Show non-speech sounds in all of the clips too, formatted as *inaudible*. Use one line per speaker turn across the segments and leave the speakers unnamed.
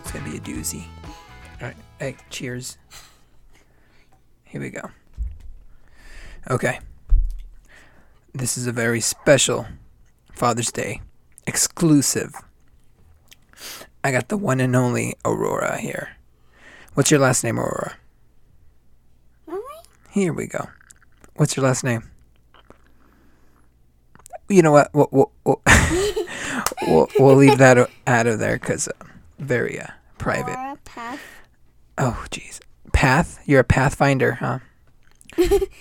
It's gonna be a doozy. All right. Hey, cheers. Here we go. Okay. This is a very special Father's Day exclusive. I got the one and only Aurora here. What's your last name, Aurora? Here we go. What's your last name? You know what? We'll, we'll, we'll, *laughs* we'll, we'll leave that o- out of there because uh, very uh, private.
Or a puff.
Oh, jeez. Path? You're a pathfinder, huh?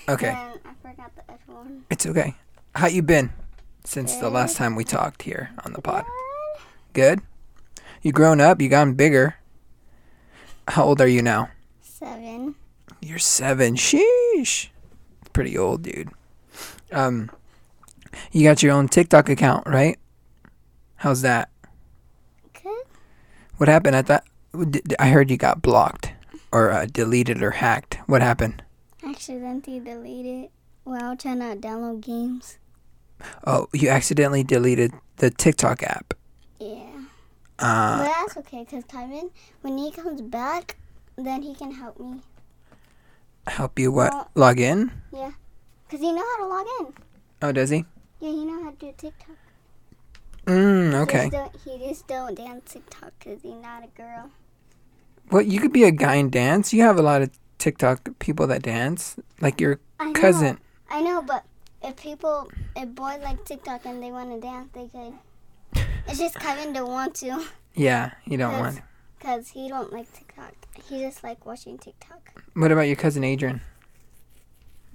Okay,
Um, I forgot the other one.
it's okay. How you been since the last time we talked here on the pod?
Good.
Good. You grown up. You gotten bigger. How old are you now?
Seven.
You're seven. Sheesh. Pretty old, dude. Um, you got your own TikTok account, right? How's that?
Good.
What happened? I thought d- d- I heard you got blocked or uh, deleted or hacked. What happened?
Accidentally deleted while trying to download games.
Oh, you accidentally deleted the TikTok app.
Yeah.
Uh,
but that's okay, because Tyvin, when he comes back, then he can help me.
help you what? Log in?
Because he know how to log in.
Oh, does he?
Yeah, he know how to do TikTok.
Mm,
He
okay.
just don't- He just don't dance TikTok because he's not a girl.
Well, you could be a guy and dance. You have a lot of TikTok people that dance, like your
I know.
cousin.
I know, but if people, if boys like TikTok and they want to dance, they could. It's just Kevin don't want to
Yeah, you don't
Yes.
want.
because he don't like TikTok. He just like watching TikTok.
What about your cousin Adrian?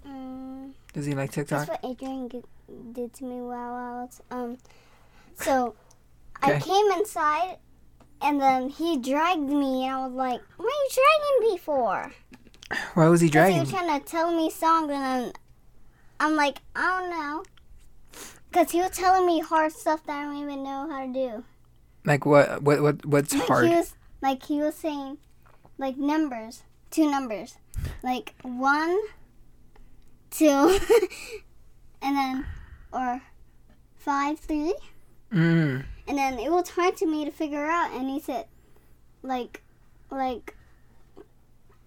Mm,
Does he like
that's
TikTok?
what Adrian g- did to me while I was um. So, I
Okay.
came inside, and then he dragged me, and I was like, "What are you dragging me for?"
Why was he
'Cause He
dragging?
was trying to tell me songs, and then I'm like, I don't know. Because he was telling me hard stuff that I don't even know how to do.
Like what? What? What? What's
Like
hard?
He was, like he was saying, like numbers, two numbers, like one, two, *laughs* and then or five, three,
Mm.
and then it was hard to me to figure out. And he said, like, like,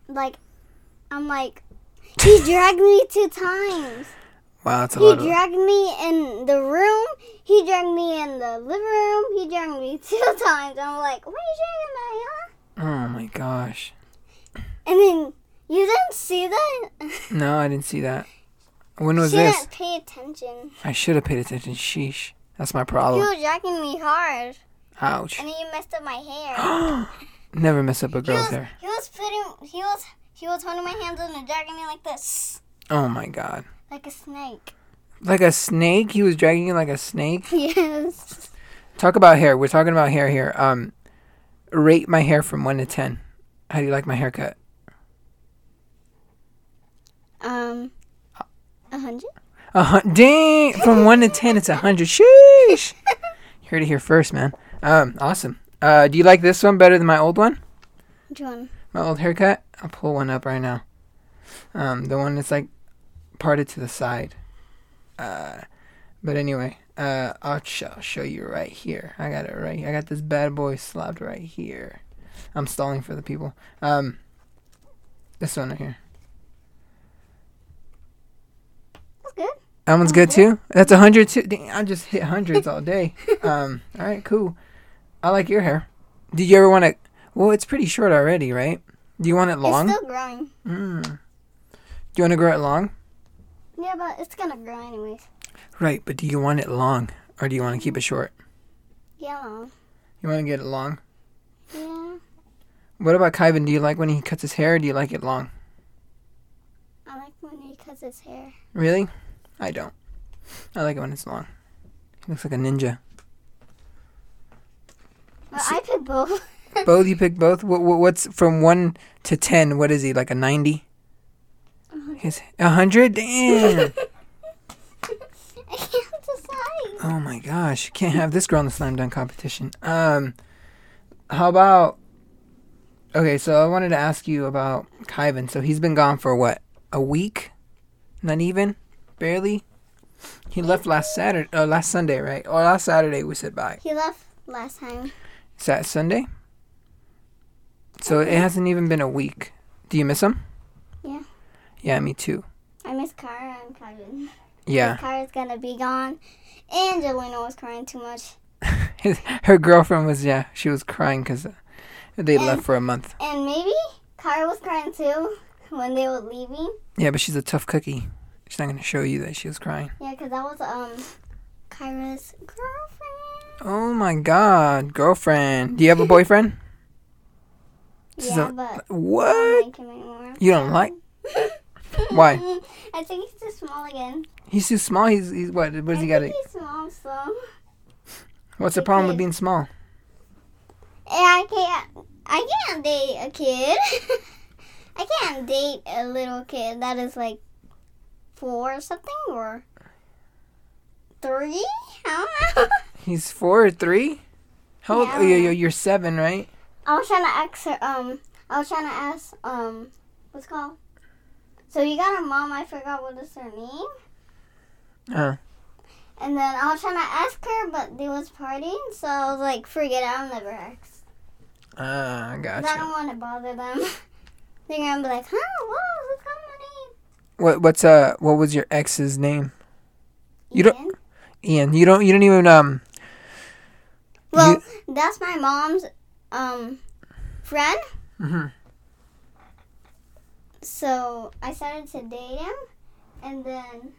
like, I'm like, he dragged me two times.
Wow, that's a
He
lot. Of,
dragged me in the room. He dragged me in the living room. He dragged me *laughs* two times. I'm like, what are you dragging me, huh?
oh my gosh.
And then you didn't see that. she
No, I didn't see that. When
*laughs*
was this?
didn't pay attention.
I should have paid attention. Sheesh. That's my
He
problem.
was dragging me hard,
Ouch. *gasps*
and he messed up my hair.
Never mess up a
he,
girl's
was,
hair.
he was putting. He was. He was holding my hands and dragging me like this,
Oh my god.
like a snake. *laughs*
Like a snake. He was dragging you like a snake.
yes.
Talk about hair. We're talking about hair here. Um, rate my hair from one to ten. How do you like my haircut?
Um. A hundred.
A hun- dang! From one to ten, it's a hundred. Sheesh! You heard it here first, man. Um, awesome. Uh, do you like this one better than my old one?
Which one?
My old haircut? I'll pull one up right now. Um, the one that's like parted to the side. Uh, but anyway, uh, I'll show, show you right here. I got it right. I got this bad boy slapped right here. I'm stalling for the people. Um, this one right here.
That's good.
That one's good too. That's a hundred too. Dang, I just hit hundreds all
*laughs*
day. Um, all right, cool. I like your hair. Did you ever want to? Well, it's pretty short already, right? Do you want it long?
It's still growing.
mm. Do you want to grow it long?
Yeah, but it's gonna grow anyways.
Right, but do you want it long or do you want to keep it short?
Yellow.
You want to get it long.
Yeah.
What about Kyvan? Do you like when he cuts his hair? Or do you like it long?
I like when he cuts his hair.
Really? I don't. I like it when it's long. He looks like a ninja.
But I could both. *laughs*
both? You pick both. What, what, what's from one to ten? What is he like? A ninety? His a hundred? Damn.
I can't decide.
Oh my gosh, you can't have this girl in the slam dunk competition. Um, how about? Okay, so I wanted to ask you about Kyvan. So he's been gone for what? A week? Not even, barely. He left last Saturday, uh, last Sunday, right? Or last Saturday we said bye.
He left last time.
Is that Sunday? So it hasn't even been a week. Do you miss him?
Yeah.
Yeah, me too.
I miss Kara and Kylan.
*laughs* Yeah.
Kara's gonna be gone. And Jelena was crying too much.
His, her girlfriend was yeah, she was crying because they
And-
left for a month.
And maybe Kara was crying too when they were leaving.
Yeah, but she's a tough cookie. She's not gonna show you that she was crying.
Yeah, because that was um Kyra's girlfriend.
Oh my god, girlfriend. Do you have a boyfriend? This is
yeah,
a-
but I
What?
don't like him anymore.
You don't
*laughs*
like? Why?
I think he's too small again.
He's too small. He's, he's what? What's
I
he got?
think he's small, so and
What's the problem with
okay.
being small?
I can't. I can't date a kid. *laughs* I can't date a little kid that is like four or something or three. I don't know. *laughs*
He's four or three. How old?
Yeah.
Oh, yeah, yeah, you're seven, right?
I was trying to ask her. Um, I was trying to ask. Um, what's it called? So you got a mom. I forgot what is her name.
Uh.
And then I was trying to ask her, but they was partying, so I was like, forget it. I'll never ask.
Ah,
I
gotcha.
don't want to bother them. *laughs* They're gonna be like, huh? Whoa, who's coming?
What? What's uh? What was your ex's name? You don't-
Ian?"
Ian. You don't. You don't even um.
Well, that's my mom's um friend.
hmm
So I started to date him, and then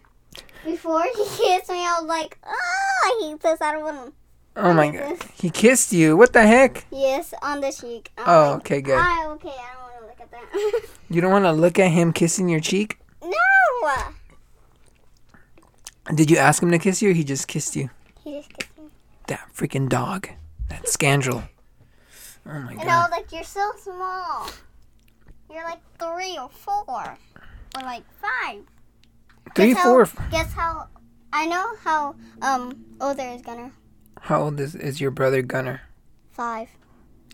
before he *laughs* kissed me, I was like, oh, I hate this. I don't want to.
Oh my
hate
god.
this."
He kissed you. What the heck?
Yes, on the cheek. I'm
Oh,
like,
okay, good.
"Ah, okay, I don't want to look at that. *laughs*
You don't want to look at him kissing your cheek?
no,
Did you ask him to kiss you or he just kissed you?
he just kissed me,
That freaking dog. That scoundrel. Oh my
and I
god.
was like, you're so small. You're like three or four, or like five.
Three,
guess
four.
How, guess how? I know how um older is gonna
How old is, is your brother Gunner?
five.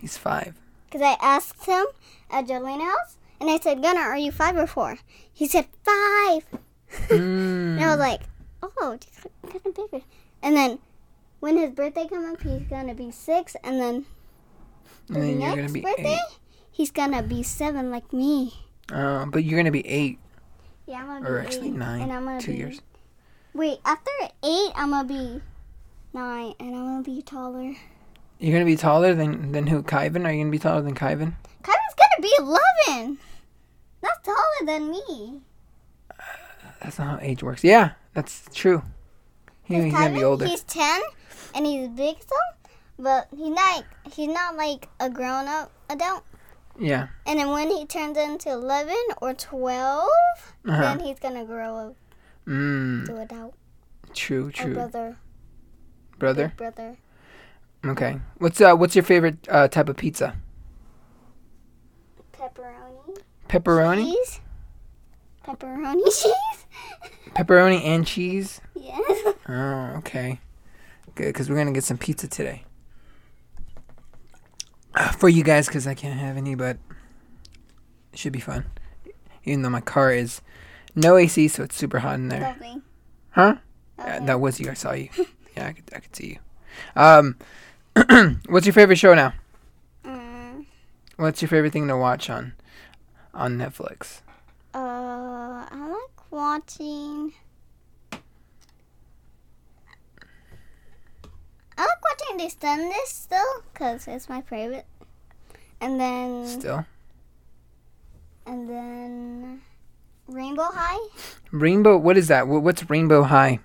He's five.
Because I asked him at Jolene House, and I said, Gunnar, are you five or four? He said, five. *laughs* And I
Mm.
was like, oh, kind of bigger. And then when his birthday comes up, he's going to be six. And then
And then you're
next
gonna be
birthday,
eight.
he's going to be seven like me.
Uh, but you're gonna be eight
Yeah, I'm going to be
or actually
eight,
nine.
and I'm gonna
two
be,
years.
Wait, after eight, I'm going to be nine, and I'm going to be taller.
You're gonna be taller than than who? Kyvan? Are you gonna be taller than Kyvan?
Kyron's going to be 11. That's taller than me.
That's not how age works. Yeah, that's true. He-
His
he's gonna be
cousin,
older.
He's ten, and he's big still, but he's not. He's not like a grown up adult.
Yeah.
And then when he turns into eleven or 12
Uh-huh.
then he's gonna grow up
Mm.
to adult.
True.
Or
True.
Oh, brother,
Brother.
big brother.
Okay. What's uh What's your favorite uh, type of pizza?
Pepperoni.
Pepperoni.
Cheese. Pepperoni *laughs* cheese.
Pepperoni and cheese. *laughs*
yes.
Oh, okay. Good, because we're gonna get some pizza today. Uh, for you guys, because I can't have any, but it should be fun. Even though my car is no AC, so it's super hot in there.
Lovely.
Huh? Uh,
Okay.
that was you. I saw you. *laughs* Yeah, I could, I could see you. Um, *clears throat* what's your favorite show now?
Mm,
What's your favorite thing to watch on on Netflix?
uh, I like watching. I like watching this done this still because it's my favorite. And then
Still,
and then Rainbow High.
Rainbow. What is that? Wha- What's Rainbow High?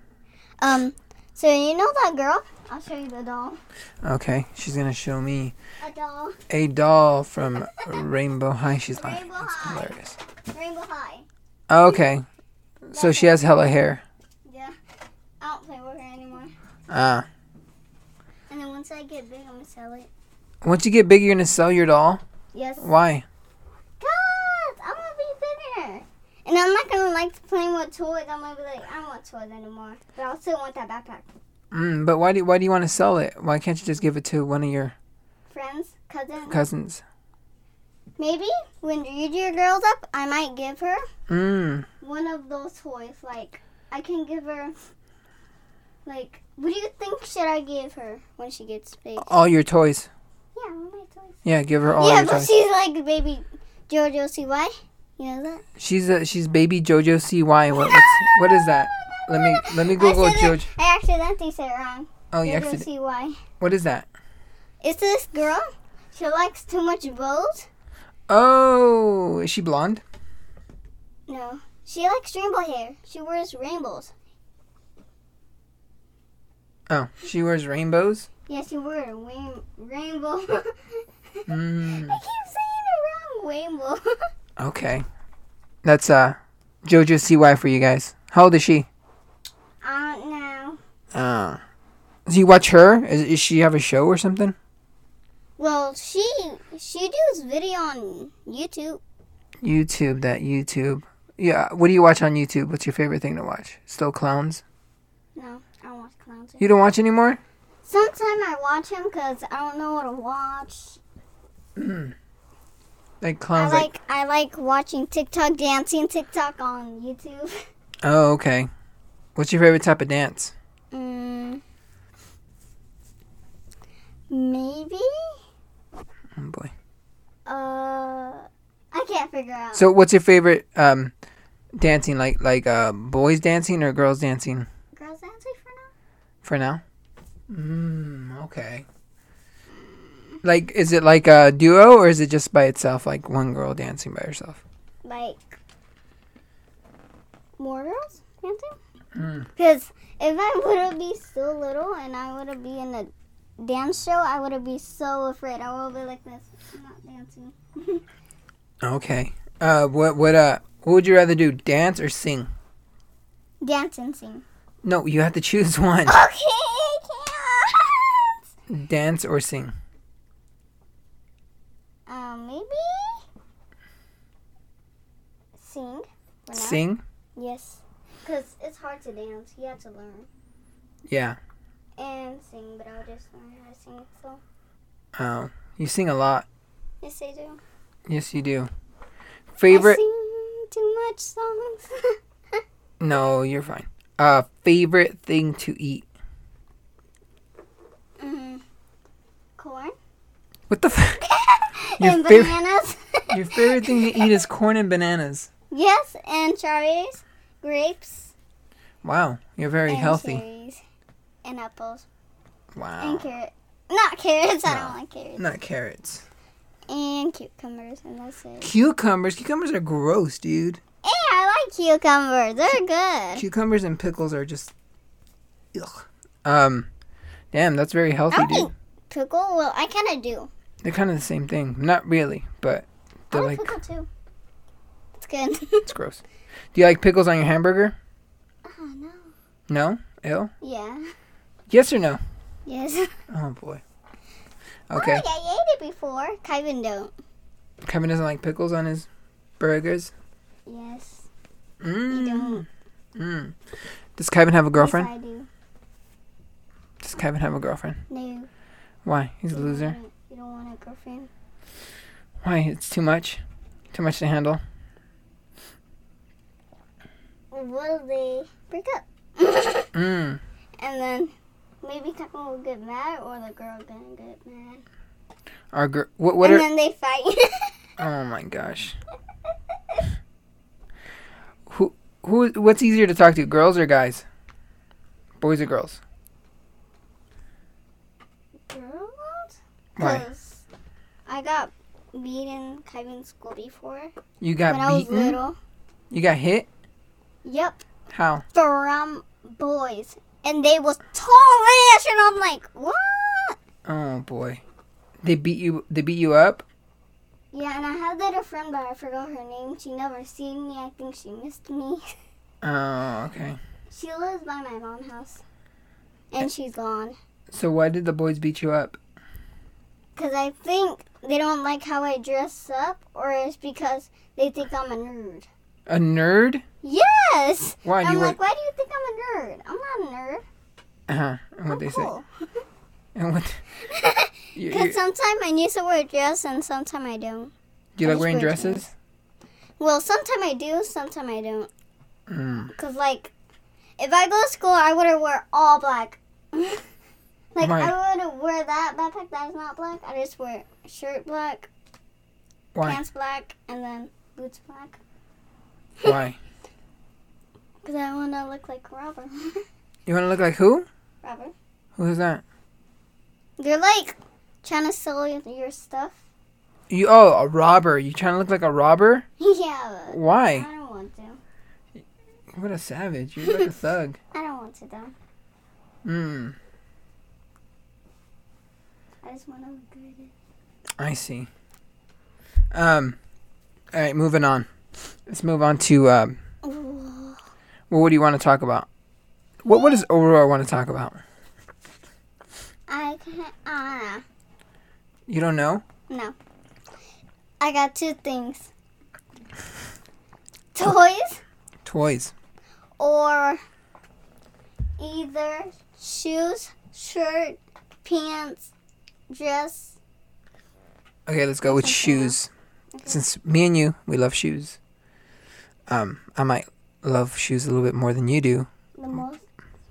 Um, so you know that girl? I'll show you the doll.
Okay, she's gonna show me.
A doll.
a doll from Rainbow High. She's like,
Rainbow
that's
High.
hilarious.
Rainbow High.
Okay, so she has hella hair.
Yeah. I don't play with her anymore.
Ah,
And then once I get big, I'm gonna sell it.
once you get big, you're gonna sell your doll.
Yes.
Why?
Cause I'm gonna be bigger. And I'm not gonna like playing with toys. I'm gonna be like, I don't want toys anymore. But I'll still want that backpack.
Mm, but why do why do you want to sell it? Why can't you just give it to one of your
Friends, cousins.
cousins?
Maybe when you do your girls up, I might give her
Mm.
one of those toys. Like I can give her. Like, what do you think should I give her when she gets big?
All your toys.
Yeah, one of my toys.
Yeah, give her all
yeah,
your
but
toys.
she's like baby JoJo CY. You know that?
She's a, she's baby JoJo CY. What what's, what is that? Let me let me Google
I said
JoJo.
it- I accidentally said it wrong.
Oh, you
JoJo
accident.
CY.
What is that?
It's this girl. She likes too much bows.
Oh, is she blonde?
No. She likes rainbow hair. She wears rainbows.
Oh, she wears rainbows.
Yeah, she wears a rain- rainbow. *laughs*
Mm.
I keep saying it wrong. Rainbow. *laughs*
Okay, that's uh JoJo CY for you guys. How old is she?
I don't know.
Uh, do you watch her? Is, is she have a show or something?
Well, she she does video on YouTube.
YouTube, that YouTube. Yeah, what do you watch on YouTube? What's your favorite thing to watch? Still clowns?
No, I don't watch clowns.
You don't watch *clears throat* anymore?
Sometimes I watch him because I don't know what to watch.
Like
I
clowns, like,
like I like watching TikTok dancing TikTok on YouTube. *laughs*
oh okay. What's your favorite type of dance?
Mm, maybe
Oh boy.
uh I can't figure out.
So what's your favorite um dancing? Like like uh boys dancing or girls dancing
Girls dancing for now?
for now? Mm, okay. Like is it like a duo or is it just by itself like one girl dancing by herself?
Like more girls dancing?
Mm.
Because if I would have be so little and I would have be in a dance show, I would have be so afraid. I would be like this. I'm not dancing. *laughs*
Okay. Uh what what uh what would you rather do? Dance or sing?
Dance and sing.
No, you have to choose *laughs* one.
Okay, I can't.
Dance or sing?
*laughs* Um, maybe sing. For now.
Sing?
Yes, because it's hard to dance. You have to learn
Yeah.
and sing, but I'll just learn how to sing. So
Oh, you sing a lot.
yes, I do.
Yes, you do.
I
Favorite?
sing too much songs. *laughs*
No, you're fine. Uh, favorite thing to eat?
mm. Corn
What the? *laughs* F- Your
and
favorite-
bananas.
*laughs* Your favorite thing to eat is corn and bananas.
*laughs* yes, and cherries, grapes,
Wow, you're very
and
healthy. Oh.
cherries, and apples,
Wow.
and carrot. Not carrots. I don't like carrots.
Not carrots.
And cucumbers, and that's it.
Cucumbers. Cucumbers are gross, dude.
Hey, I like cucumbers. They're good.
Cucumbers and pickles are just. Ugh. Um, damn, that's very
I
healthy,
don't
dude.
eat pickle. Well, I kind of do.
They're kind of the same thing. Not really, but
I
they're
like
like
pickle too. It's good.
*laughs* it's gross. Do you like pickles on your hamburger?
oh no.
No. Ew.
Yeah.
Yes or no?
Yes.
Oh boy.
I
Okay.
like I ate it before. Kyvan don't.
Kevin doesn't like pickles on his burgers.
Yes. You
Mm.
don't.
mm. Does Kevin have a girlfriend?
Yes, I do.
Does Kevin have a girlfriend?
No.
Why? He's a
you don't
loser.
want a- You don't want a girlfriend.
Why? It's too much. Too much to handle.
Will they break up?
*laughs* Mm.
and then maybe Kyvan will get mad, or the girl gonna get mad.
Our gr- what? What
and
are?
then they fight.
Oh my gosh. Who? Who? What's easier to talk to, girls or guys? Boys or girls?
*laughs* Girls?
Why?
Because I got beat in Kyvan's school before
You got
when I was
beaten.
little.
You got hit.
Yep.
How?
from boys, and they was tallish, and I'm like, what?
Oh boy. They beat you. They beat you up.
Yeah, and I had that a friend, but I forgot her name. She never seen me. I think she missed me. *laughs*
Oh, okay.
She lives by my mom's house, and she's gone.
So why did the boys beat you up?
Cause I think they don't like how I dress up, or it's because they think I'm a nerd.
A nerd?
Yes.
Why?
I'm
you
like,
were
why do you think I'm a nerd? I'm not a nerd.
Uh-huh. And what they say.
Cool. *laughs*
And what? *laughs* you, you,
Because sometimes I need to wear a dress and sometimes I don't.
do you like
just
wearing
wear jeans.
dresses?
Well, sometimes I do, sometimes I don't.
Mm.
Because, like, if I go to school, I would have wear all black. *laughs* like,
Right.
I would have wear that backpack that is not black. I just wear shirt black,
Why?
pants black, and then boots black.
Why?
Because I want to look like Robert. *laughs*
You want to look like who?
Robert.
Who is that?
You're, like, trying to sell your- your stuff. *laughs*
You oh a robber. You trying to look like a robber?
yeah. but I
Why?
don't want to.
What a savage. You're
*laughs*
like a thug.
I don't want to, though.
Mm.
I just want to look good.
I see. Um. All right. Moving on. Let's move on to um.
Ooh.
Well, what do you want to talk about? What What does Aurora want to talk about?
I can't. Uh,
You don't know.
No. I got two things. Toys
Toys.
or either shoes, shirt, pants, dress.
Okay, let's go with shoes. Since me and you, we love shoes. Um, I might love shoes a little bit more than you do.
The most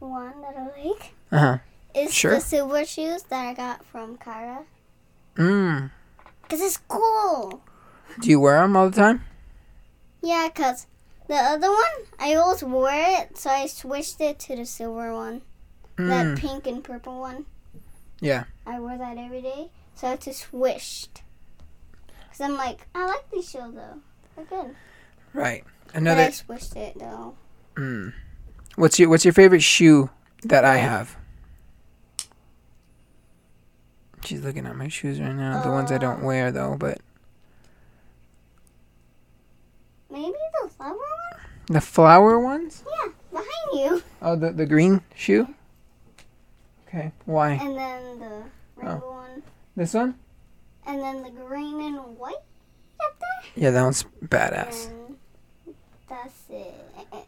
one that I like
Uh huh.
is
Sure.
the silver shoes that I got from Kara.
Mm.
Because it's cool.
Do you wear them all the time?
Yeah, because the other one, I always wore it, so I switched it to the silver one. That
Mm.
pink and purple one.
Yeah.
I wear that every day, so I have to swished. Cause I'm like, I like these shoes though. They're good.
Right.
But I
Another.
swished it though.
Mm. What's your What's your favorite shoe that I have? She's looking at my shoes right now. the ones I don't wear though, but
Maybe the flower one?
the flower ones.
Yeah, behind *laughs* you.
Oh, the the green shoe. Okay. Why
And then the rainbow one.
this one?
And then the green and white up there.
Yeah, that one's badass.
And that's it.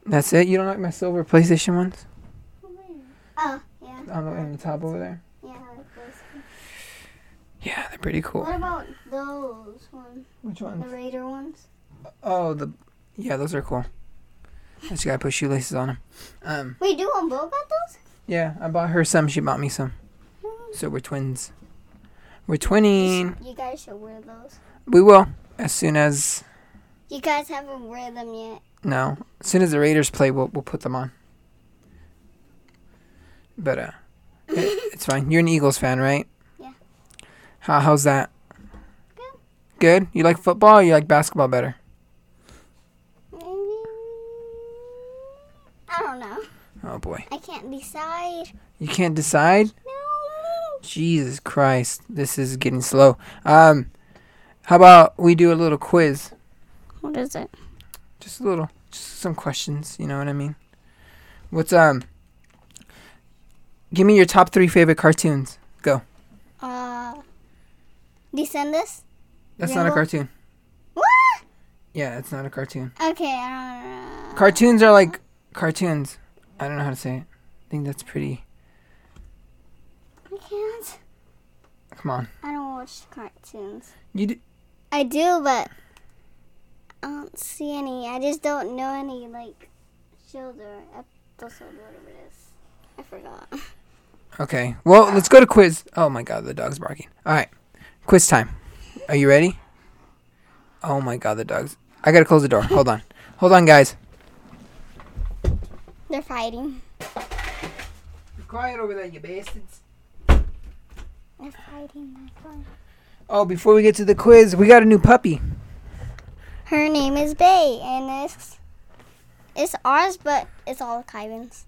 That's it. You don't like my silver PlayStation ones
Oh, yeah.
on the, on the top over there?
Yeah, I like those.
Yeah, they're pretty cool.
What about those ones?
Which
The
ones?
raider ones?
Oh, the yeah, those are cool. I just gotta put shoelaces on them. Um,
Wait, do on both got those?
yeah, I bought her some. She bought me some. So we're twins. We're twinning.
You guys should wear those.
We will as soon as
You guys haven't wear them yet.
no, as soon as the Raiders play, we'll we'll put them on. But uh, it, it's fine. You're an Eagles fan, right?
Yeah.
How how's that?
Good.
Good. You like football? or You like basketball better?
Maybe I don't know.
Oh boy.
I can't decide.
You can't decide?
No.
Jesus Christ, this is getting slow. Um, how about we do a little quiz?
What is it?
Just a little, just some questions. You know what I mean? What's um? Give me your top three favorite cartoons.
Uh, Descendants.
That's not a
Gumball?
cartoon.
What?
Yeah, that's not a cartoon.
Okay, I don't know.
Cartoons are like cartoons. I don't know how to say it. I think that's pretty.
I can't.
Come on,
I don't watch cartoons.
you. D-
I do, but I don't see any. I just don't know any like shows or episodes or whatever it is. I forgot. *laughs*
okay. Well, let's go to quiz. Oh my God, the dog's barking. All right, quiz time. Are you ready? Oh my God, the dogs. I gotta close the door. Hold on. Hold on, guys.
They're fighting.
Be quiet over there, you bastards.
They're fighting. They're fighting.
Oh, before we get to the quiz, we got a new puppy.
Her name is Bay, and it's it's ours, but it's all Kyvan's.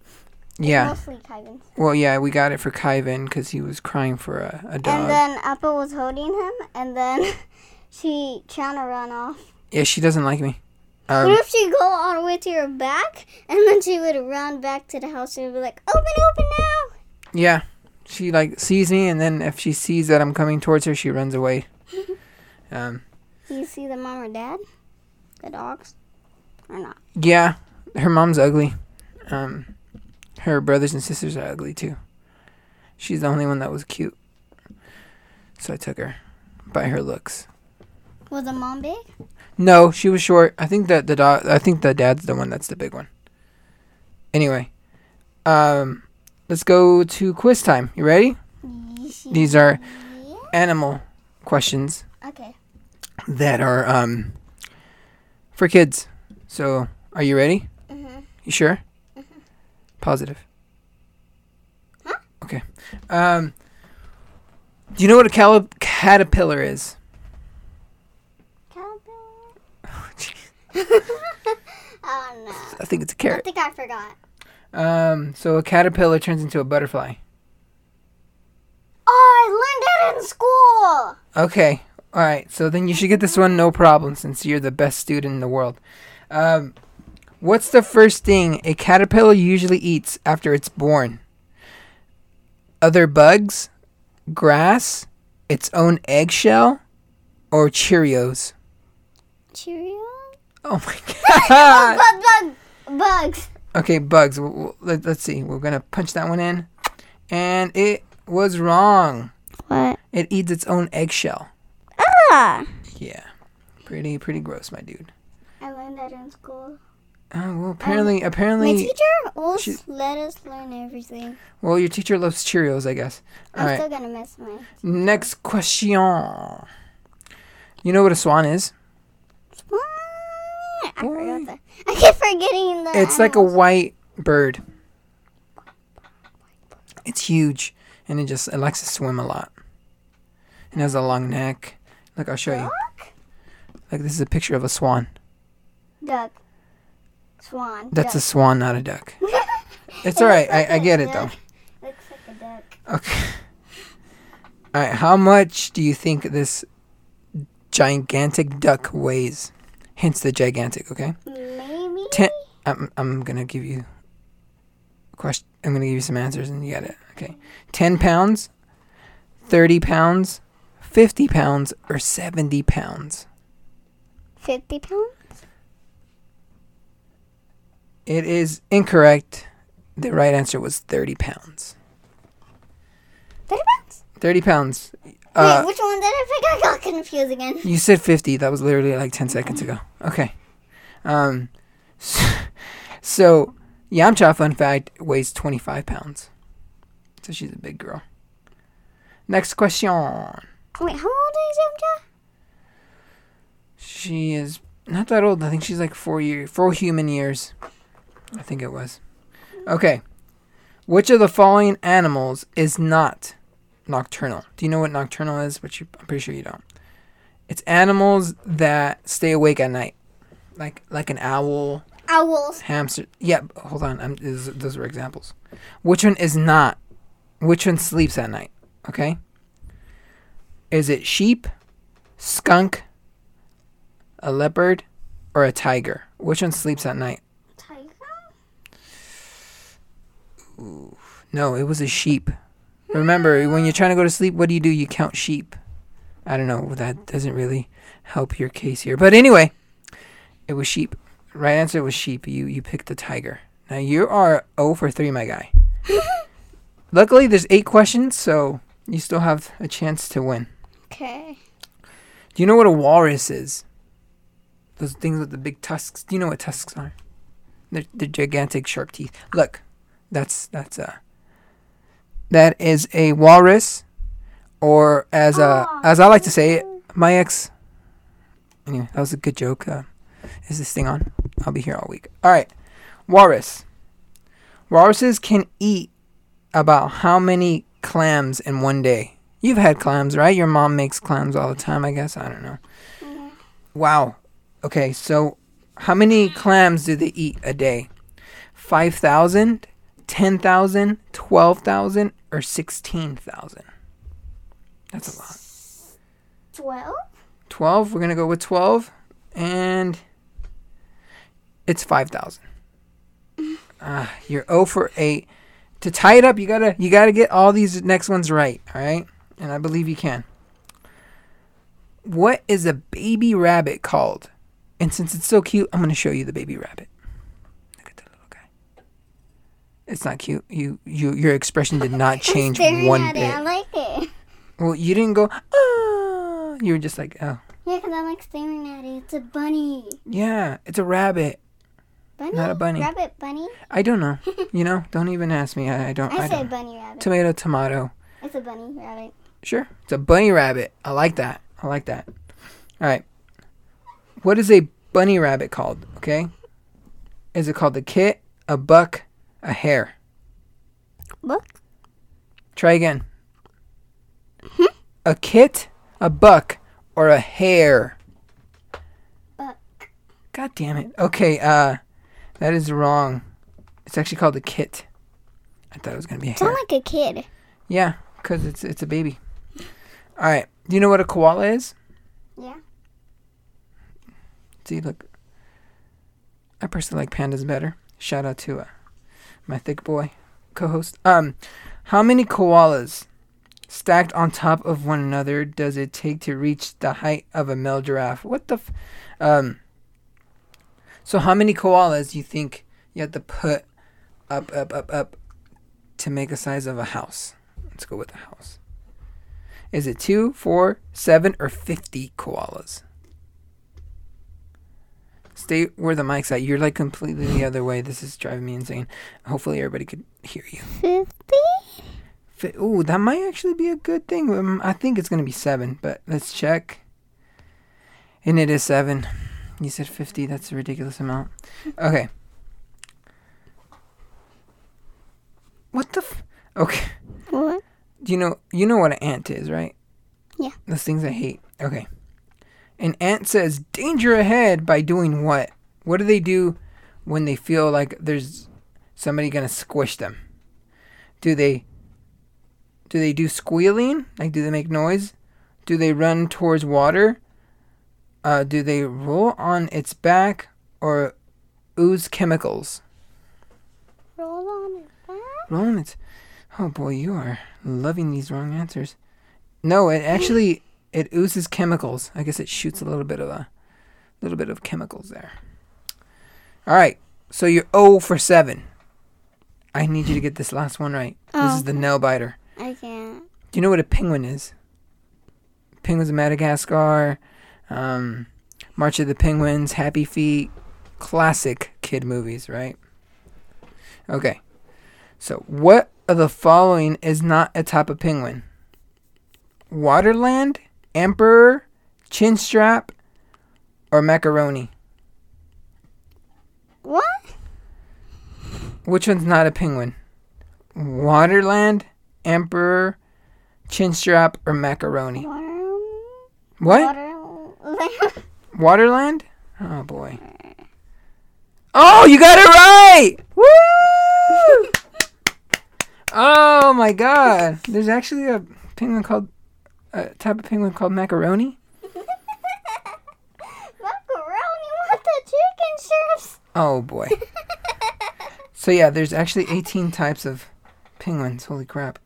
Yeah.
Mostly Kyvan's.
Well, yeah, we got it for Kyvan because he was crying for a, a dog.
And then Appa was holding him, and then *laughs* she trying to run off.
yeah, she doesn't like me. Um,
What if she go all the way to your back, and then she would run back to the house and be like, "Open, open now!"
Yeah, she like sees me, and then if she sees that I'm coming towards her, she runs
*laughs*
away. um,
Do you see the mom or dad, the dogs, or not?
yeah, her mom's ugly. Um, her brothers and sisters are ugly too. She's the only one that was cute. So I took her by her looks.
Was the mom big?
No, she was short. I think that the da- I think the dad's the one that's the big one. Anyway, um, let's go to quiz time. You ready? These are
Yeah.
animal questions *laughs*
Okay.
that are um for kids. So, are you ready?
hmm
You sure? Positive.
Huh?
Okay. Um, do you know what a cali- caterpillar is?
Caterpillar. *laughs*
Jeez,
oh no.
I think it's a
I
carrot.
think I forgot.
Um, so a caterpillar turns into a butterfly.
Oh, I learned it in school.
Okay. All right. So then you should get this one no problem since you're the best student in the world. Um, what's the first thing a caterpillar usually eats after it's born? Other bugs, grass, its own eggshell, or Cheerios?
Cheerio.
Oh
Oh,
my *laughs* god.
Bug, bug, bugs.
okay, bugs. W- w- let- Let's see. We're going to punch that one in. And it was wrong.
What?
It eats its own eggshell.
Ah.
Yeah. Pretty pretty gross, my dude.
I learned that in school.
Oh, well, apparently
Um, My
apparently
teacher always
she-
let us learn everything.
Well, your teacher loves Cheerios, I guess. All
I'm
right.
still gonna miss my
Next question. You know what a swan is?
swan. I
Boy.
forgot that. *laughs* I keep forgetting that.
It's like a white bird. It's huge, and it just it likes to swim a lot. It has a long neck. Look, I'll show you.
duck.
Like this is a picture of a swan.
Duck. Swan.
That's a
duck.
swan, not a duck.
a. *laughs*
*laughs* It's all right. I, I get it though.
Looks like a duck.
Okay. All right. How much do you think this gigantic duck weighs? Hence the gigantic. Okay.
Maybe.
Ten. I'm I'm gonna give you. Question. I'm gonna give you some answers, and you got it. Okay. Ten pounds, thirty pounds, fifty pounds, or seventy pounds.
Fifty pounds.
It is incorrect. The right answer was thirty pounds.
Thirty pounds.
Thirty pounds.
Wait,
Uh,
which one did I pick? I got confused again.
*laughs* you said fifty. That was literally like ten seconds ago. Okay. Um. So Yamcha, fun fact, weighs twenty five pounds. So she's a big girl. Next question.
Wait, how old is Yamcha?
She is not that old. I think she's like four year, four human years. I think it was. Okay. Which of the following animals is not nocturnal? Do you know what nocturnal is? But you, I'm pretty sure you don't. It's animals that stay awake at night, like like an owl,
Owls.
hamster. Yeah, b- hold on. I'm, those, those were examples. Which one is not? Which one sleeps at night? Okay. Is it sheep, skunk, a leopard, or a tiger? Which one sleeps at night?
Tiger.
No, it was a sheep. Remember, when you're trying to go to sleep, what do you do? You count sheep. I don't know. That doesn't really help your case here. But anyway, it was sheep. Right answer was sheep. You you picked the tiger. Now you are 0 for 3, my guy. Luckily, there's eight questions, so you still have a chance to win.
Okay.
Do you know what a walrus is? Those things with the big tusks. Do you know what tusks are? They're, they're gigantic, sharp teeth. Look, that's that's a that is a walrus, or as uh
Aw.
as I like to say it, my ex. Anyway, that was a good joke. Uh, is this thing on? I'll be here all week. All right, walrus. Walruses can eat about how many clams in one day? You've had clams, right? Your mom makes clams all the time, I guess. I don't know. Wow. Okay, so how many clams do they eat a day? 5,000, 10,000, 12,000, or 16,000? That's a lot.
Twelve.
12, we're going to go with 12. And it's 5,000. Ah, you're 0 for 8. To tie it up, you got to you got to get all these next ones right, all right? And I believe you can. What is a baby rabbit called? And since it's so cute, I'm going to show you the baby rabbit. Look at the little guy. It's not cute. You, you, your expression did not change
Staring
one
at
bit.
it, I like it.
Well, you didn't go. Ah. You were just like, oh,
Yeah, 'cause I like staring at it. It's a bunny.
yeah, it's a rabbit.
Bunny?
Not a bunny.
Rabbit bunny?
I don't know. You know, don't even ask me. I, I don't.
I,
I
say
don't.
bunny rabbit.
Tomato, tomato.
it's a bunny rabbit.
Sure. It's a bunny rabbit. I like that. I like that. All right. What is a bunny rabbit called? Okay. Is it called a kit, a buck, a hare?
Buck?
Try again. A kit, a buck, or a hare?
Buck.
God damn it. Okay. Uh, that is wrong. It's actually called a kit. I thought it was gonna be a hare.
Sound like a kid.
Yeah, because it's it's a baby. All right. Do you know what a koala is?
Yeah.
See, look. I personally like pandas better. Shout out to uh, my thick boy co-host. Um, how many koalas stacked on top of one another does it take to reach the height of a male giraffe? What the? F- um. So how many koalas do you think you have to put up, up, up, up to make a size of a house? Let's go with a house. Is it two, four, seven, or fifty koalas? Stay where the mic's at. You're like completely the other way. This is driving me insane. Hopefully, everybody could hear you.
50?
Fi- Ooh, that might actually be a good thing. Um, I think it's going to be seven, but let's check. And it is seven. You said 50. That's a ridiculous amount. Okay. What the f- Okay.
What?
Do you know you know what an ant is, right?
Yeah.
Those things I hate. Okay. An ant says danger ahead by doing what? What do they do when they feel like there's somebody gonna squish them? Do they do they do squealing? Like do they make noise? Do they run towards water? Uh, do they roll on its back or ooze chemicals?
Roll on it back?
Roll it. Oh boy, you are loving these wrong answers. No, it actually it oozes chemicals. I guess it shoots a little bit of a little bit of chemicals there. All right, so you're 0 for seven. I need you to get this last one right. This
Oh.
is the nail biter.
I can't.
Do you know what a penguin is? Penguins of Madagascar, um, March of the Penguins, Happy Feet, classic kid movies, right? Okay. So, what of the following is not a type of penguin? Waterland, Emperor, Chinstrap, or Macaroni?
What?
Which one's not a penguin? Waterland, Emperor, Chinstrap, or
Eh.
Macaroni?
Water.
What?
*laughs* Water.
Waterland? Oh boy. Oh, you got it right! Woo! oh my god. There's actually a penguin called a type of penguin called macaroni.
Macaroni with the chicken strips. *laughs*
Oh boy. So yeah, there's actually 18 types of penguins. Holy crap.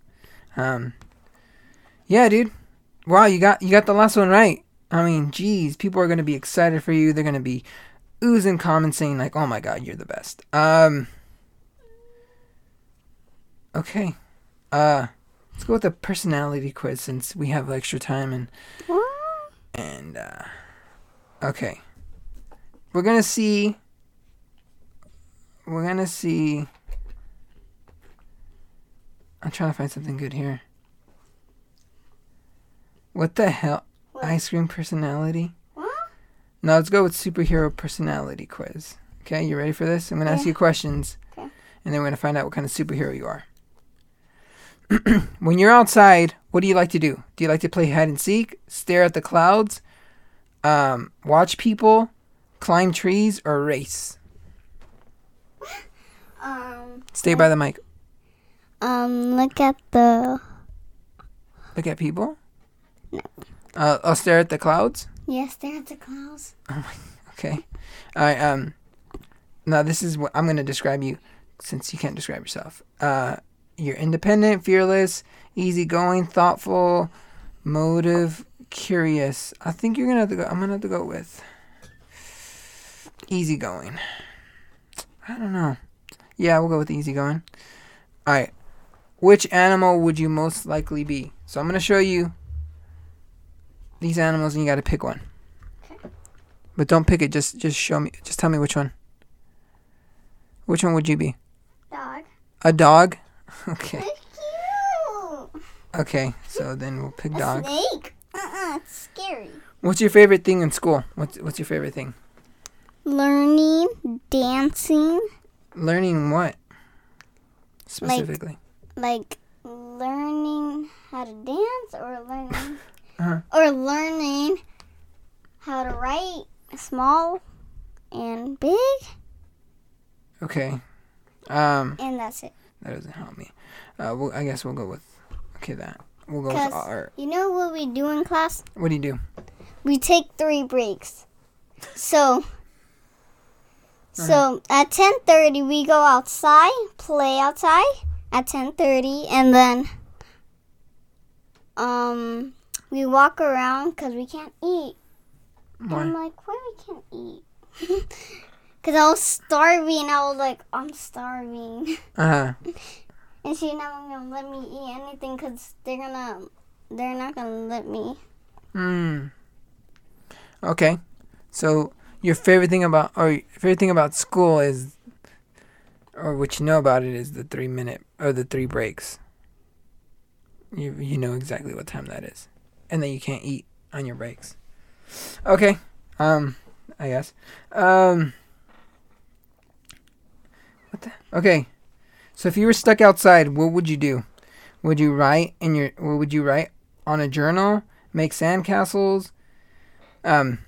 Um Yeah, dude. Wow, you got you got the last one right. I mean, geez, people are going to be excited for you. They're going to be oozing comments saying like, "Oh my god, you're the best." Um Okay. Uh let's go with the personality quiz since we have extra time and
What?
and uh okay. We're gonna see we're gonna see I'm trying to find something good here. What the hell?
What?
Ice cream personality?
What?
Now let's go with superhero personality quiz. Okay, you ready for this? I'm gonna ask
Yeah.
you questions.
Okay.
And then we're gonna find out what kind of superhero you are. *clears throat* when you're outside, what do you like to do? Do you like to play hide and seek, stare at the clouds, um, watch people, climb trees, or race?
Um.
Stay by the mic.
Um. Look at the.
Look at people.
No.
Uh, I'll stare at the clouds.
Yes, they're at the clouds.
Okay. All right. Um. Now this is what I'm going to describe you, since you can't describe yourself. Uh, you're independent, fearless, easygoing, thoughtful, motive, curious. I think you're gonna have to go. I'm gonna have to go with easygoing. I don't know. Yeah, we'll go with the easy going. All right. Which animal would you most likely be? So I'm going to show you these animals and you got to pick one.
Okay.
But don't pick it. Just just show me. Just tell me which one. Which one would you be?
Dog.
A dog? *laughs* Okay.
It's cute.
Okay. So then we'll pick
A
dog.
snake. Uh-uh, it's scary.
What's your favorite thing in school? What's what's your favorite thing?
Learning, dancing,
Learning what? Specifically.
like learning how to dance or learning
*laughs* Uh-huh.
or learning how to write small and big
Okay. Um
and that's it.
that doesn't help me. Uh we'll, I guess we'll go with Okay, that. We'll go with
Cuz-
art.
You know what we do in class?
What do you do?
We take three breaks. So so at 10:30 we go outside, play outside at 10:30 and then um we walk around cuz we can't eat. I'm
Why?
like, why we can't eat? *laughs* Because I was starving. I was like, I'm starving. *laughs*
Uh-huh.
And she's not gonna let me eat anything because they're gonna, they're not gonna let me.
Mm. Okay. So your favorite thing about or your favorite thing about school is or what you know about it is the 3 minute or the 3 breaks. You you know exactly what time that is. And then you can't eat on your breaks. Okay. Um I guess. Um What the Okay. So if you were stuck outside, what would you do? Would you write in your what would you write on a journal? make sandcastles, um,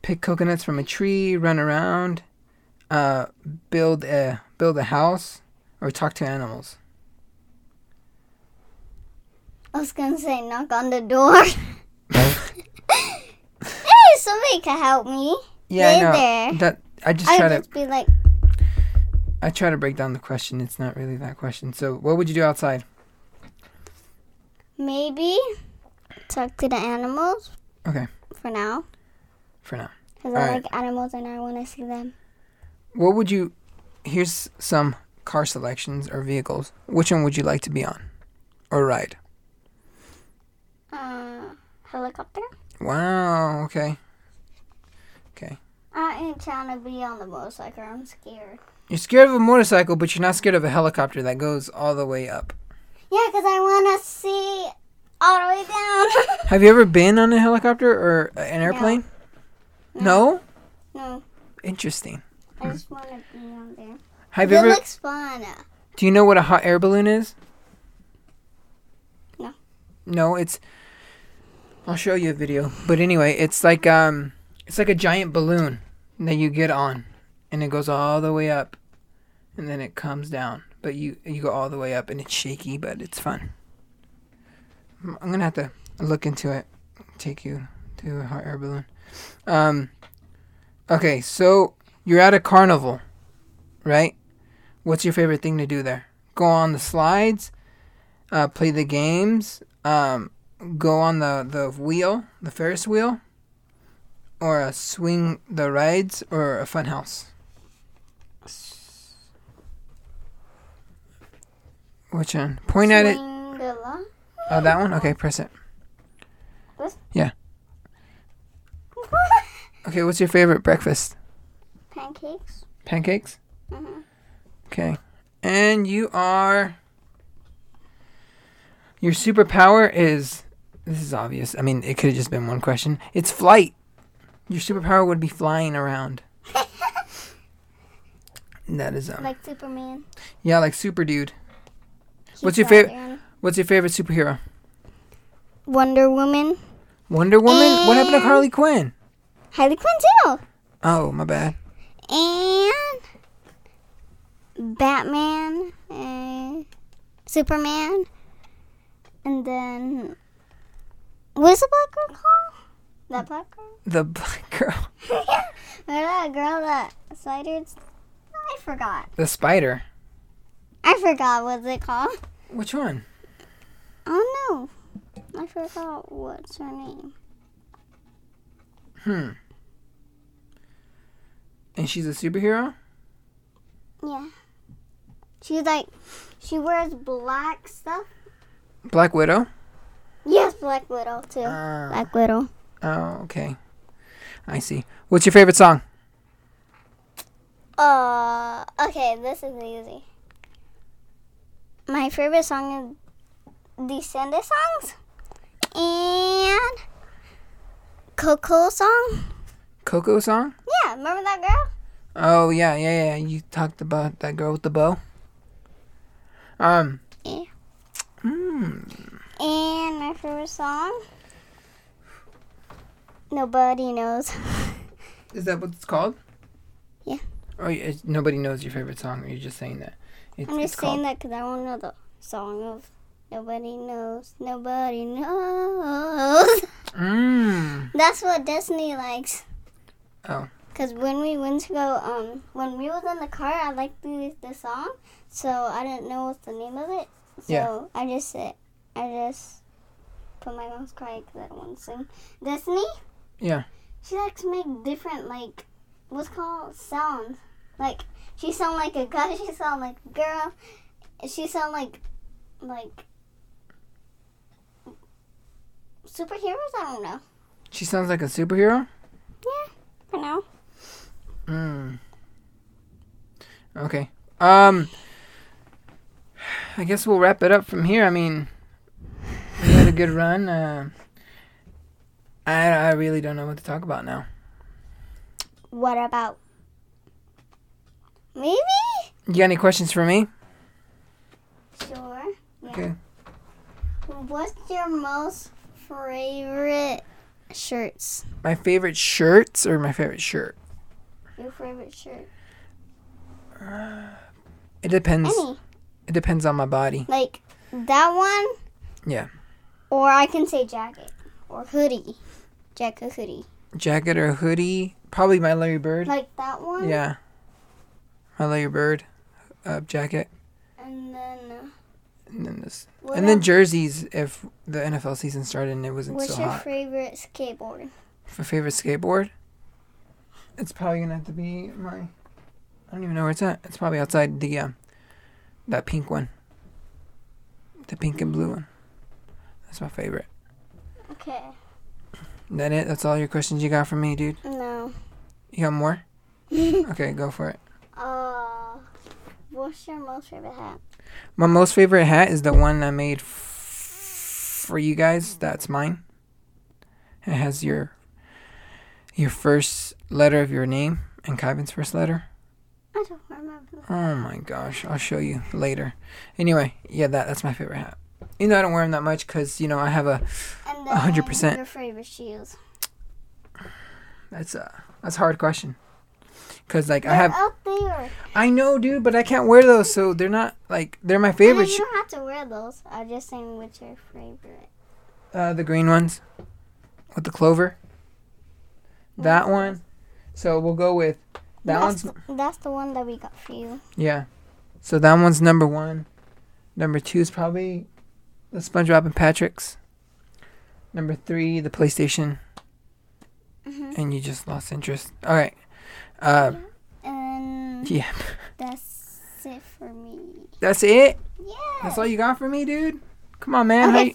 pick coconuts from a tree, run around, uh, build a build a house, or talk to animals.
I was gonna say knock on the door. *laughs* hey, somebody can help me.
*laughs* Yeah,
Hey
I know.
there.
That I just
I
try
would
to
just be like,
I try to break down the question. It's not really that question. So what would you do outside?
maybe talk to the animals.
Okay.
For now,
For now,
because I
Alright.
like animals and I want to see them.
what would you? Here's some car selections or vehicles. Which one would you like to be on, or ride?
Uh, helicopter.
Wow. Okay.
I ain't trying to be on the motorcycle. I'm scared.
You're scared of a motorcycle, but you're not scared of a helicopter that goes all the way up.
Yeah, because I want to see all the way down. *laughs*
Have you ever been on a helicopter or an airplane? No.
no,
Interesting.
I just want to be on there.
Have you
it
ever?
looks fun.
do you know what a hot air balloon is?
No.
No, it's. I'll show you a video. But anyway, it's like um, it's like a giant balloon that you get on, and it goes all the way up, and then it comes down. But you you go all the way up, and it's shaky, but it's fun. I'm I'm gonna have to look into it. Take you to a hot air balloon. Um. Okay, so you're at a carnival, right? What's your favorite thing to do there? Go on the slides, uh, play the games, um, go on the, the wheel, the Ferris wheel, or uh, swing the rides, or a fun house. Which one? Point at it.
Swingilla.
Oh, that one? Okay, press it.
This?
Yeah. Okay, what's your favorite breakfast?
*laughs* Pancakes.
Pancakes?
hmm
Okay. And you are. Your superpower is. This is obvious. I mean, it could have just been one question. It's flight. Your superpower would be flying around. *laughs* that is. Um,
Like Superman.
yeah, like Super Dude.
He's
What's your
out
favorite-
there.
What's your favorite superhero?
Wonder Woman.
Wonder Woman? What happened to
And-
Harley Quinn?
Harley Quinn too.
Oh, my bad.
And Batman. And Superman. And then what's the black girl called? That black girl. *laughs*
The *laughs* black girl.
yeah. Remember that girl that sliders? I forgot.
The spider.
I forgot what's it called.
Which one?
Oh no. I forgot what's her name.
Hmm. And she's a superhero?
Yeah. She's like, she wears black stuff.
Black Widow.
Yes, Black Widow too.
Ah.
Black Widow.
oh, okay. I see. What's your favorite song?
Uh, okay, this is easy. My favorite song is the Sunday songs and Coco song.
Coco song?
Yeah, remember that girl?
Oh yeah, yeah, yeah. You talked about that girl with the bow. Um.
Yeah.
Hmm.
And my favorite song. Nobody knows. *laughs*
Is that what it's called?
Yeah.
Or you, it's- nobody knows your favorite song, or you're just saying that. It's,
I'm
it's
just saying
called-
that 'cause I don't know the song of Nobody Knows. Nobody knows.
Mm.
That's what Destiny likes.
Oh.
Cause when we went to go, um, when we was in the car, I liked the, the song, so I didn't know what's the name of it. So
Yeah.
I just said, I just put my mom's cry because I want to sing. Destiny.
Yeah.
She likes to make different like, what's called sounds. Like she sound like a guy. *laughs* She sound like a girl. She sound like, like. Superheroes? I don't know.
She sounds like a superhero.
Yeah, for now.
Mm. Okay. Um. I guess we'll wrap it up from here. I mean, we had a good run. Uh, I I really don't know what to talk about now.
What about? Maybe?
You got any questions for me?
Sure. Yeah.
Okay.
What's your most favorite shirts?
My favorite shirts or my favorite shirt?
Your favorite shirt?
It depends.
Any.
It depends on my body.
Like that one?
Yeah.
Or I can say jacket. Or hoodie. Jacket hoodie.
Jacket or hoodie? Probably my Larry Bird.
Like that one?
Yeah. My Larry Bird uh, jacket.
And then. Uh,
And then this.
what
and then
ab-
jerseys if the NFL season started and it wasn't
What's
so
your
hot.
favorite skateboard?
My favorite skateboard? It's probably gonna have to be my. I don't even know where it's at. It's probably outside the um, that pink one. The pink and blue one. That's my favorite.
Okay.
That it? That's all your questions you got from me, dude.
*laughs* No.
You got more? Okay, go for it.
uh, what's your most favorite hat?
My most favorite hat is the one I made f- for you guys. That's mine. It has your your first letter of your name and Kyvin's first letter.
I don't remember.
Oh my gosh, I'll show you later. Anyway, yeah, that that's my favorite hat. You know, I don't wear them that much because you know I have a
And
A hundred percent.
Your favorite shoes.
that's a that's a hard question. Cause like I
They're
have,
up there.
I know, dude, but I can't wear those, so they're not like they're my favorite.
No, you
sh-
don't have to wear those. I'm just saying what's your favorite.
Uh, the green ones with the clover. That
Mhm.
one. So we'll go with that
that's,
one's
the, that's the one that we got for you.
yeah. So that one's number one. Number two is probably the SpongeBob and Patrick's. Number three, the PlayStation.
Mhm.
And you just lost interest. All right. Uh,
And
yeah.
that's it for me.
That's it.
Yeah.
That's all you got for me, dude. Come on, man. How
okay,
you-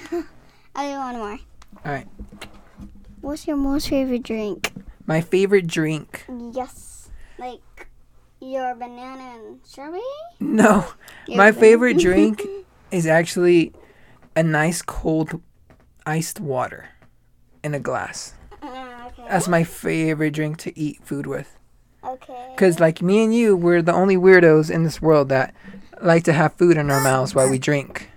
fine. *laughs* I'll do one more.
All right.
What's your most favorite drink?
My favorite drink. *laughs*
Yes. Like your banana and strawberry?
No.
Your
My
ban- *laughs*
favorite drink is actually a nice cold iced water in a glass.
Ah, okay.
That's my favorite drink to eat food with.
okay.
Cause like me and you, we're the only weirdos in this world that like to have food in our mouths while we drink.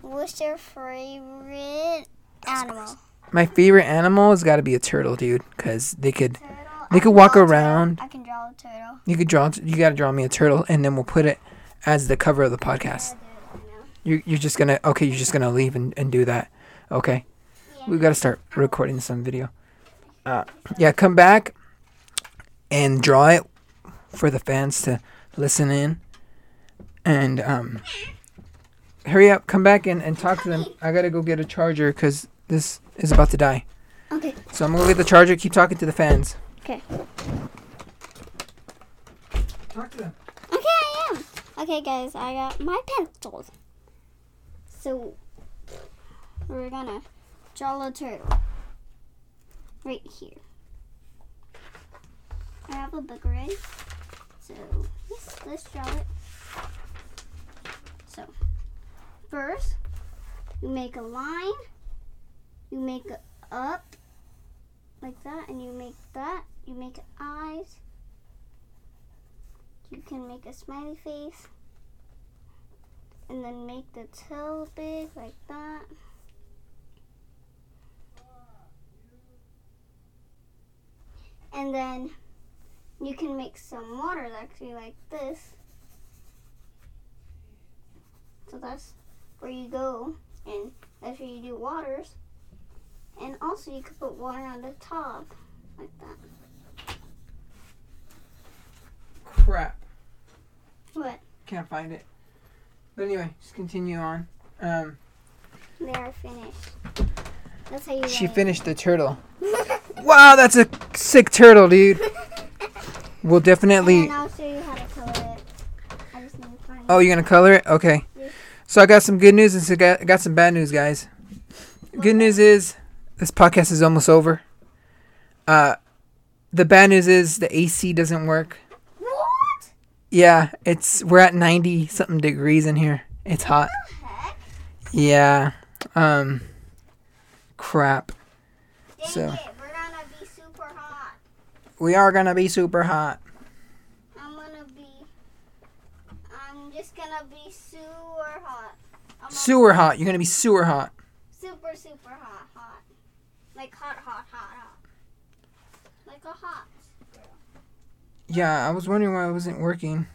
What's your favorite animal?
My favorite animal has got to be a turtle, dude. Cause they could,
Turtle.
They
I
could
can
walk
draw a turtle.
around.
I can draw a turtle.
you could draw, you gotta draw me a turtle, and then we'll put it as the cover of the podcast. You, you're just gonna, okay, you're just gonna leave and, and do that, okay? we gotta start recording some video. Uh, yeah, come back and draw it for the fans to listen in. And um, hurry up, come back and, and talk to them. I gotta go get a charger because this is about to die.
Okay.
So I'm gonna go get the charger. Keep talking to the fans.
Okay.
Talk to them.
Okay. Okay, guys, I got my pencils. So we're gonna draw a turtle right here. I have a book already, so let's, let's draw it. So first, you make a line. You make a up like that, and you make that. You make eyes. You can make a smiley face. And then make the tail big like that. And then you can make some water actually like this. So that's where you go and that's where you do waters. And also you could put water on the top like that.
Crap.
But
Can't find it. But anyway, just continue on. Um,
they are finished. That's how you
she
write.
finished the turtle. Wow, that's a sick turtle, dude. We'll
*laughs*
definitely.
And I'll show you how to color it. I just need to find
Oh, you're gonna color it? Okay.
Yeah.
So I got some good news and so got, I got some bad news, guys. Good news is this podcast is almost over. Uh, the bad news is the AC doesn't work.
What
Yeah, it's we're at ninety something degrees in here. It's hot.
the heck?
Yeah. Um. Crap.
Dang
So-
it, we're gonna be super hot.
We are gonna be super hot.
I'm gonna be I'm just gonna be super hot. I'm gonna
Sewer hot. You're gonna be sewer hot.
super super hot hot. Like hot hot hot hot. Like a hot.
Yeah, I was wondering why it wasn't working.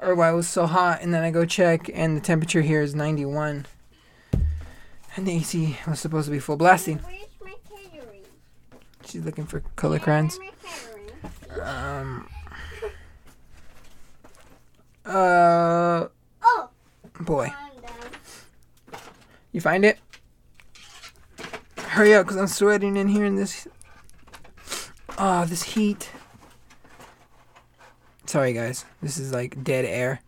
Or why it was so hot, and then I go check, and the temperature here is 91. And the AC was supposed to be full blasting.
Where's my catering?
She's looking for color crayons.
Where's my catering?
Um. Uh.
Oh,
Boy.
I'm done.
You find it? Hurry up, because I'm sweating in here in this. Ah, this heat. Sorry, guys. This is like dead air.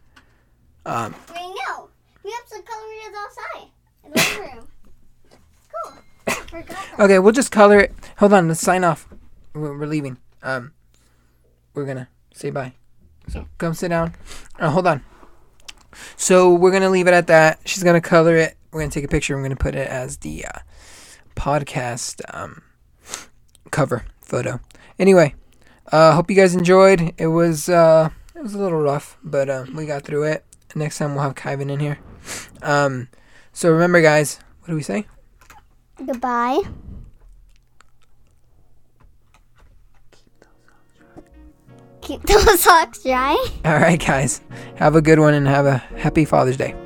Um.
Wait, no. We have to color it outside in the living room. Cool. *coughs* I forgot that.
Okay, we'll just color it. Hold on, let's sign off. We're, we're leaving. Um, we're gonna say bye. So come sit down. Uh, hold on. So we're gonna leave it at that. She's gonna color it. We're gonna take a picture. I'm gonna put it as the uh, podcast um, cover photo. Anyway, uh, hope you guys enjoyed. It was uh, it was a little rough, but um, we got through it. Next time we'll have Kyvan in here. Um, so remember, guys. What do we say?
Goodbye. Keep those socks dry. *laughs*
All right, guys. Have a good one and have a happy Father's Day.